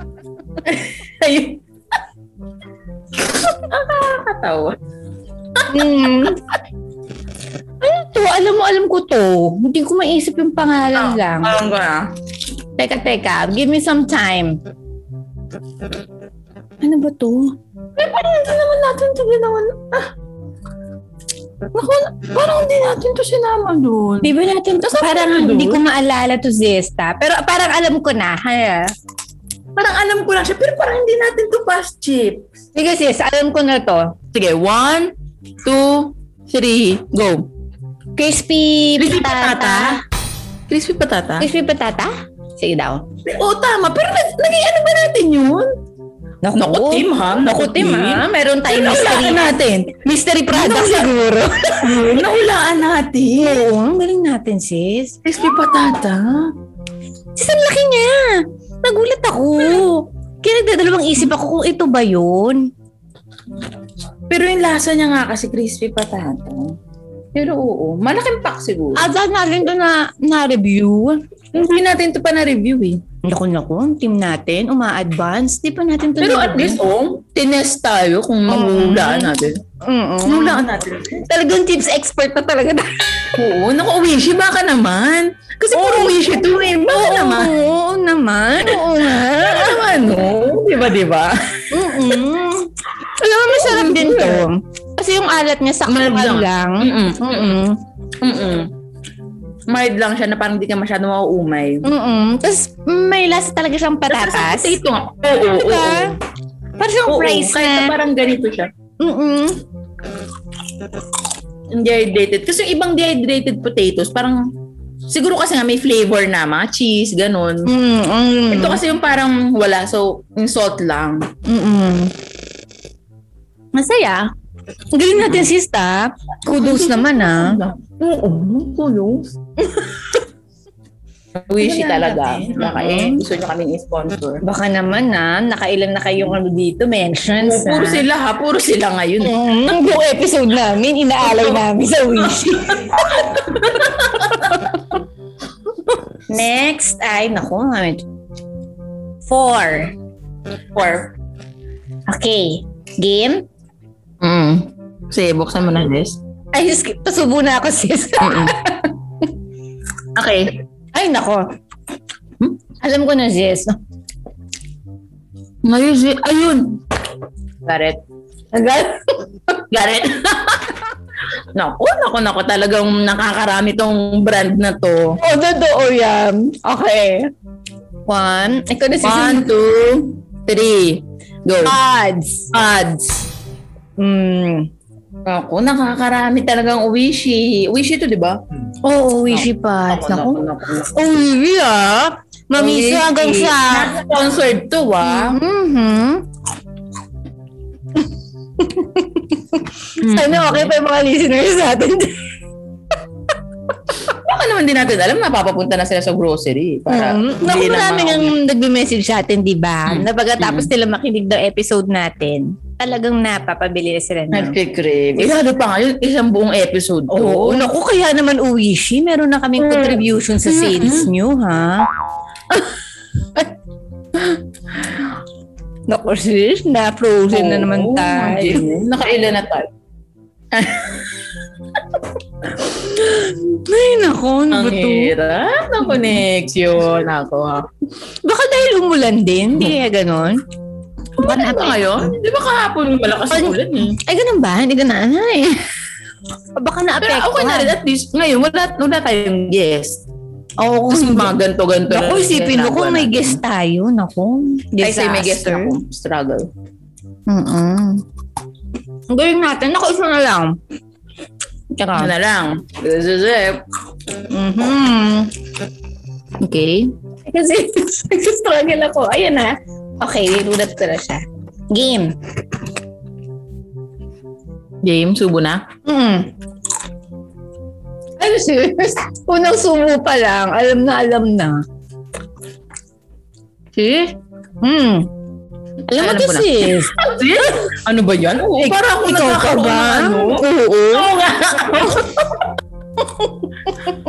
A: Ayun. Nakakatawa.
B: Hmm. Ano to? Alam mo, alam ko to. Hindi ko maisip yung pangalan lang.
A: Parang ko na.
B: Teka, teka. Give me some time. Ano ba to?
A: Eh, parang hindi naman natin ito ginawa. na- Ah. Naku, parang hindi natin to sinama doon.
B: Di ba natin to?
A: Nasaan
B: Parang
A: ba to?
B: hindi ko maalala to, Zesta. Pero parang alam ko na. Ha?
A: Parang alam ko lang siya, pero parang hindi natin to fast chip.
B: Sige, sis. Alam ko na to.
A: Sige, one, two, three, go.
B: Crispy,
A: Crispy
B: patata.
A: patata? Crispy patata?
B: Crispy patata? Sige daw.
A: Oo, oh, tama. Pero nag- naging ano ba natin yun? Naku, team, ha?
B: Naku,
A: Naku, team.
B: team, ha? Meron
A: Ay,
B: tayong
A: nahulaan
B: mystery.
A: natin. Ano
B: Mystery product siguro.
A: nahulaan natin.
B: Oo, ang galing natin, sis.
A: Crispy patata?
B: Sis, ang laki niya. Nagulat ako. Kaya nagdadalawang isip ako kung ito ba yun.
A: Pero yung lasa niya nga kasi crispy patata. Pero oo, malaking pack siguro.
B: At saan natin ito na, na-review?
A: Ah, hindi natin to pa na-review eh.
B: Naku, naku, ang team natin, uma-advance. Di pa natin ito
A: Pero at least, oh, tinest tayo kung mahuhulaan natin.
B: mm
A: Mahuhulaan natin.
B: Talagang tips expert na talaga Ano tayo.
A: Oo, naku, Uwishi, baka naman. Kasi puro Uwishi to eh, baka naman.
B: Oo naman. Oo nga.
A: Baka naman, no? Diba, Di ba, di ba?
B: Mm-mm. Alam mo, masarap din to. Kasi yung alat niya, saktuhan
A: Malamdang.
B: lang.
A: Mm-mm.
B: Mm-mm.
A: Mm-mm. Mild lang siya na parang di ka masyado mauumay.
B: Mm-mm. Tapos may lasa talaga siyang patatas.
A: Sa ito nga. Oo, oo,
B: Diba?
A: oo.
B: Parang siyang
A: Oo,
B: fries
A: kahit na
B: na.
A: parang ganito siya.
B: Mm-mm.
A: Yung Dehydrated. Kasi yung ibang dehydrated potatoes, parang siguro kasi nga may flavor na, mga cheese, ganun.
B: Mm-mm.
A: Ito kasi yung parang wala, so yung salt lang.
B: Mm-mm. Masaya. Ang galing natin, sista. Kudos naman, ah.
A: Ano? Oo, kulo. Wishy
B: Wala
A: talaga.
B: natin.
A: Baka eh, gusto nyo kaming i-sponsor.
B: Baka naman, ah. Nakailan na kayong ano dito, mentions,
A: Oo, puro
B: ah.
A: sila ha, puro sila ngayon.
B: Mm, ang buong episode namin, inaalay namin sa Wish. Next, ay, naku, Mohammed. Four.
A: Or,
B: Okay. Game?
A: mm. Sige, buksan mo na this.
B: Ay, skip. Pasubo na ako, sis.
A: Okay.
B: ay, nako. Alam ko na, sis.
A: Ngayon, si- ayun. Garrett.
B: Agad?
A: Garrett. naku, naku, naku. Talagang nakakarami tong brand na to.
B: O, totoo yan. Okay. One. Ikaw na, sis.
A: One, two, three. Go.
B: Odds.
A: Ads.
B: Mm.
A: Naku, nakakarami talagang Uwishi. Uwishi to, di ba?
B: Oo, oh, wishy pads. Naku.
A: naku.
B: Oh, wishy, ah. Mamiso
A: Uwishi.
B: hanggang sa...
A: Not sponsored to, ah.
B: Mhm. Sana okay pa yung mga listeners natin.
A: Baka naman din natin alam, napapapunta na sila sa grocery. Para
B: Mm. Naku,
A: hindi na Mm.
B: marami
A: ma-
B: nang nagme-message sa atin, di ba? Na pagkatapos nila makinig ng episode natin, talagang napapabili na sila ng...
A: Nagkikrave. Eh, lalo pa ngayon, isang buong episode to.
B: Oo, naku, kaya naman Uwishi, meron na
A: Mm.
B: kaming contribution sa sales nyo, ha? naku, sis, na-frozen na naman
A: Oo,
B: tayo.
A: Jim. Nakailan na tayo.
B: Ay, naku,
A: Ang
B: ano ba to?
A: hirap ng connection. Ako, Ano ha?
B: Baka dahil umulan din, hindi kaya ganon.
D: One
A: Ano
D: up.
A: ba ngayon? Di ba kahapon malakas ang
D: Ay,
A: ulan eh?
D: Ay, ganun ba? Hindi ko na, ay. Baka
A: Pero
D: na-apektuhan.
A: okay na rin at least ngayon wala, wala tayong guest.
D: Oo,
A: Kasi
D: kung
A: mga ganto-ganto.
D: Naku,
A: lang
D: isipin mo kung
A: ginagawa
D: may
A: natin.
D: guest tayo. Naku,
A: Ay, say may guest
D: disaster.
A: ako. Struggle.
D: Mm-mm. Ang Galing natin. Naku, isa na lang.
A: Ano
D: Tsaka.
A: na lang. This is it.
D: Mhm.
A: Okay.
B: Kasi nagsistruggle ako. Ayan na. Okay, lulat ko na siya. Game.
A: James, subo na.
D: Mm-hmm.
B: Mm.
D: Ano serious? Unang sumo pa lang. Alam na, alam na.
A: Si?
D: Hmm. Alam mo
A: Alam
D: to,
A: ko na.
D: sis.
A: Si? Ano ba yan? Oo,
D: Eh,
A: parang ako
D: ikaw ka
A: nagkakaroon
D: ba?
A: ng Ano?
D: Oo.
A: Oo nga.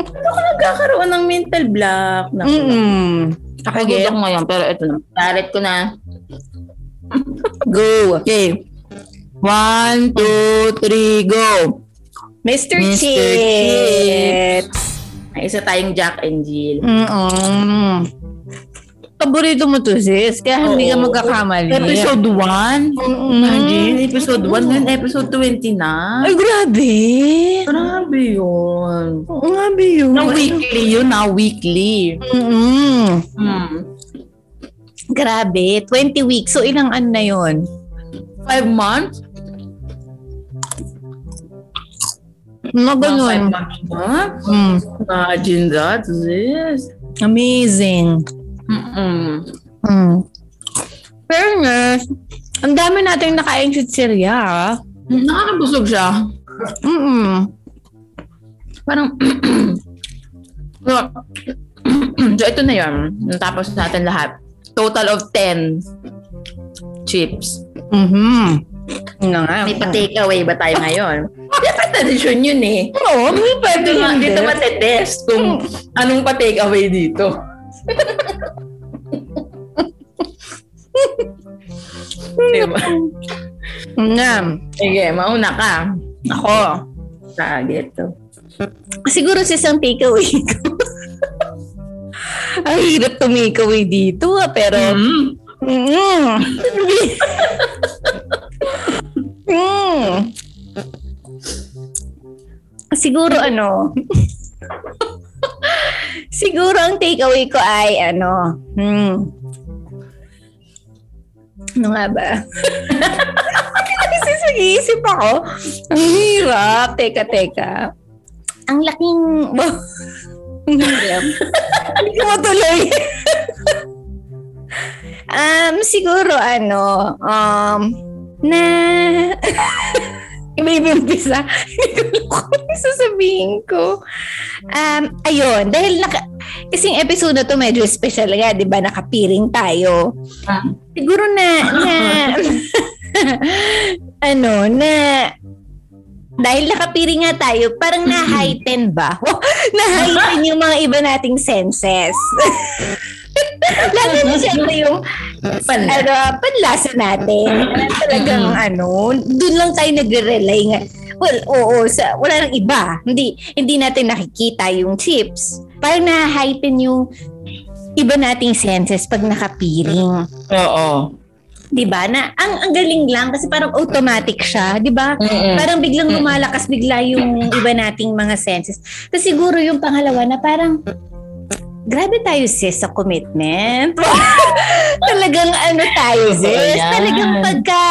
A: ako nagkakaroon ng mental block. Naku,
D: Mm-mm. Okay,
A: Pagod ako ngayon, pero ito na. Tarit ko na.
D: Go. Okay. One, two, three, go.
B: Mr.
D: Mr.
B: Chips.
D: Chips.
A: May isa tayong Jack and Jill.
D: Mm-mm. Paborito mo to, sis. Kaya hindi ka
A: Oo.
D: magkakamali.
A: Episode Hmm. 1? Imagine,
D: Mm-mm.
A: episode 1, ngayon episode 20 na.
D: Ay, grabe.
A: Grabe yun.
D: Grabe yun.
A: Na weekly yun, na weekly.
D: Mm-mm.
A: Hmm.
D: Grabe. 20 weeks. So, ilang ano na yun?
A: Five months?
D: Mga
A: Mga Five
D: ganun.
A: months na?
D: Mm.
A: Imagine that, sis.
D: Amazing.
A: Mm-mm.
D: Mm. Fairness, ang dami nating nakain chichirya. ah.
A: Nakakabusog siya.
D: Mm-mm.
A: Parang... so, so, ito na yun. Natapos natin lahat. Total of 10 chips.
D: Mm-hmm. Yun na nga.
A: May pa-takeaway ba tayo ngayon? Dapat tradisyon yun eh.
D: Oo, may pwede
A: Dito nga,
D: hindi.
A: dito matetest kung anong pa-take away dito. diba?
D: Nga.
A: Sige, mauna ka.
D: Ako.
A: Sa dito.
D: Siguro sis ang takeaway ko. Ang hirap tumikaway dito ah, pero...
A: Mm.
D: Mm-mm. mm.
B: Siguro ano, siguro ang takeaway ko ay ano, hmm, ano nga ba? Kasi nag-iisip ako, ang hirap, teka, teka. Ang laking, ang hirap. Hindi ko matuloy. um, siguro ano, um, na, iba iba umpisa. Hindi ko alam kung ano yung sasabihin ko. Um, ayun, dahil naka, kasing episode na to medyo special nga, di ba? Nakapiring tayo.
A: Ah.
B: Siguro na, na, ano, na, dahil nakapiring nga tayo, parang na-heighten ba? na-heighten yung mga iba nating senses. Lalo na siyempre yung
A: Pan.
B: ano, panlasa natin. Parang Talagang ano, doon lang tayo nagre-rely nga. Well, oo, sa, wala nang iba. Hindi, hindi natin nakikita yung chips. Parang na-heighten yung iba nating senses pag nakapiring.
A: Oo.
B: 'Di ba? Na ang ang galing lang kasi parang automatic siya, Diba? 'di ba?
A: Mm-mm.
B: Parang
A: Mm.
B: biglang lumalakas bigla yung iba nating mga senses. Tapos siguro yung pangalawa na parang grabe tayo sis sa commitment. Talagang ano tayo
A: Totoo
B: sis.
A: yan.
B: Talagang pagka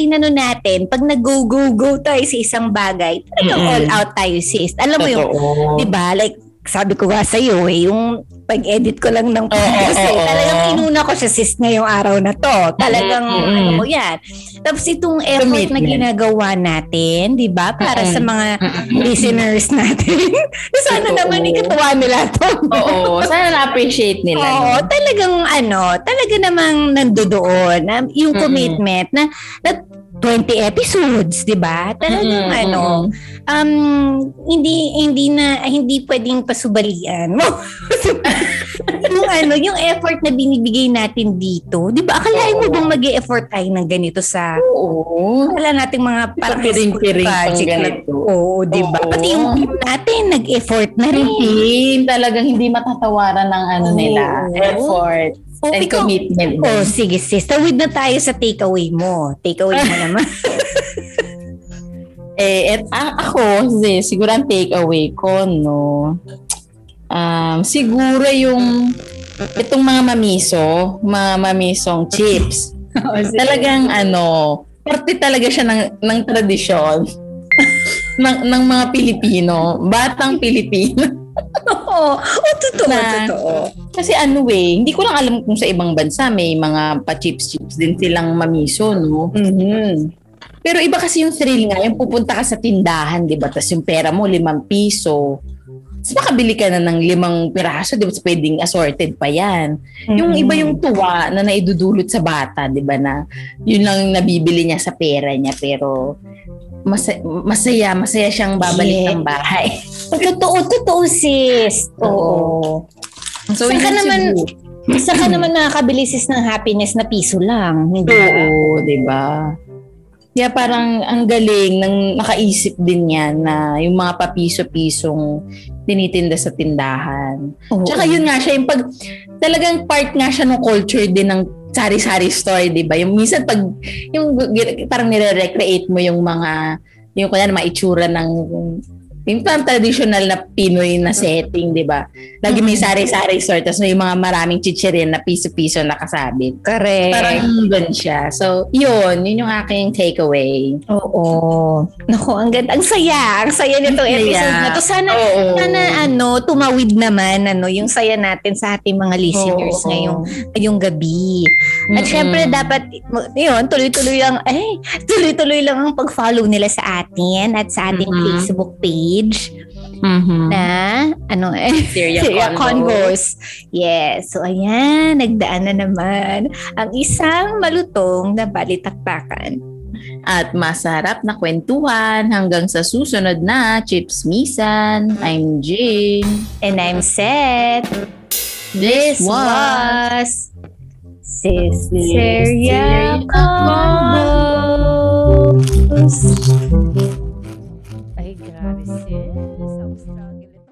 B: inano natin, pag nag-go-go-go tayo sa isang bagay, talagang
A: Mm-mm.
B: all out tayo sis. Alam mo yung,
A: Totoo.
B: 'di ba? Diba? Like sabi ko nga sa'yo eh, yung pag-edit ko lang ng podcast eh,
A: oo, oo.
B: talagang inuna ko sa sis ngayong araw na to. Talagang
A: Mm-mm.
B: ano ko yan. Tapos itong effort na
A: Mm-hmm. Commitment.
B: ginagawa natin, di ba? Para sa mga
A: Mm-mm.
B: listeners natin. Sana
A: Totoo.
B: naman ikatuwa nila to.
A: Oo. Sana na-appreciate nila.
B: Oo,
A: no?
B: talagang ano, talaga namang nandoon na yung
A: Mm-mm.
B: commitment na, na 20 episodes, 'di ba? Talagang
A: Mm-mm,
B: ano, um hindi hindi na hindi pwedeng pasubalian. yung ano, yung effort na binibigay natin dito, 'di ba? Akalain mo bang mag-e-effort tayo ng ganito sa
A: mm-mm. Oo.
B: wala nating mga parang
A: Piring-piring pang
B: na
A: ganito.
B: Oo, di ba?
A: Oo. Mm-hmm.
B: Pati yung team natin, nag-effort na rin.
A: Hindi, talagang hindi matatawaran ng ano
B: Oo.
A: nila. Effort.
B: Oh,
A: and
B: ikaw-
A: commitment.
B: Oh, sige sis. Tawid na tayo sa takeaway mo. Takeaway mo naman.
A: Eh, et, ah, ako, si, siguro ang takeaway ko, no, um, siguro yung itong mga mamiso, mga mamisong chips.
B: Oh,
A: Talagang ano, parte talaga siya ng, ng tradisyon ng, ng mga Pilipino, batang Pilipino.
B: Oo. Oh, totoo,
A: Na-
B: totoo.
A: Kasi ano eh, hindi ko lang alam kung sa ibang bansa may mga pa-chips-chips din silang mamiso, no?
D: Mhm.
A: Hmm. Pero iba kasi yung thrill nga, yung pupunta ka sa tindahan, di ba? Tapos yung pera mo, limang piso. Tapos makabili ka na ng limang piraso, di ba? Tapos pwedeng assorted pa yan. Yung
B: Mm-hmm.
A: iba yung tuwa na naidudulot sa bata, di ba? Na yun lang yung nabibili niya sa pera niya. Pero masa- masaya, masaya siyang babalik
B: Yeah.
A: ng bahay.
B: Totoo, totoo sis. Oo.
A: So,
B: Saan ka
A: yun
B: naman-
A: siguro.
B: Saan ka naman nakakabili sis ng happiness na piso lang? Hindi ba?
A: Oo, di ba? Kaya parang ang galing nang nakaisip din yan na yung mga papiso-pisong tinitinda sa tindahan.
B: Oo.
A: Tsaka yun nga siya, yung pag, talagang part nga siya ng culture din ng sari-sari store, di ba? Yung minsan pag, yung gi- parang nire-recreate mo yung mga, yung kaya mga itsura ng, yung parang traditional na Pinoy na setting, di ba? Lagi may
B: Mm-hmm.
A: sari-sari store, tapos may mga maraming chichirin na piso-piso nakasabit.
B: Correct.
A: Parang dun siya. So, yun. Yun yung aking takeaway.
B: Oo. Naku, ang ganda. Ang saya. Ang saya nito
A: Ang saya.
B: episode na to. Sana,
A: Oo.
B: sana ano, tumawid naman ano, yung saya natin sa ating mga listeners
A: Oo.
B: ngayong, ngayong gabi. At
A: Mm-mm.
B: syempre, dapat, yun, tuloy-tuloy lang, eh, tuloy-tuloy lang ang pag-follow nila sa atin at sa ating
A: Mhm.
B: Facebook page
A: Mhm.
B: na, ano eh,
A: Syria
B: Syria
A: Convo.
B: Convos. Yes. So, ayan, nagdaan na naman ang isang malutong na balitaktakan.
A: At masarap na kwentuhan hanggang sa susunod na Chips Misan. I'm Jane.
B: And I'm set.
A: This
B: was
A: Celia
B: Siseria Convos. Ay, grabe sis. I'm struggling.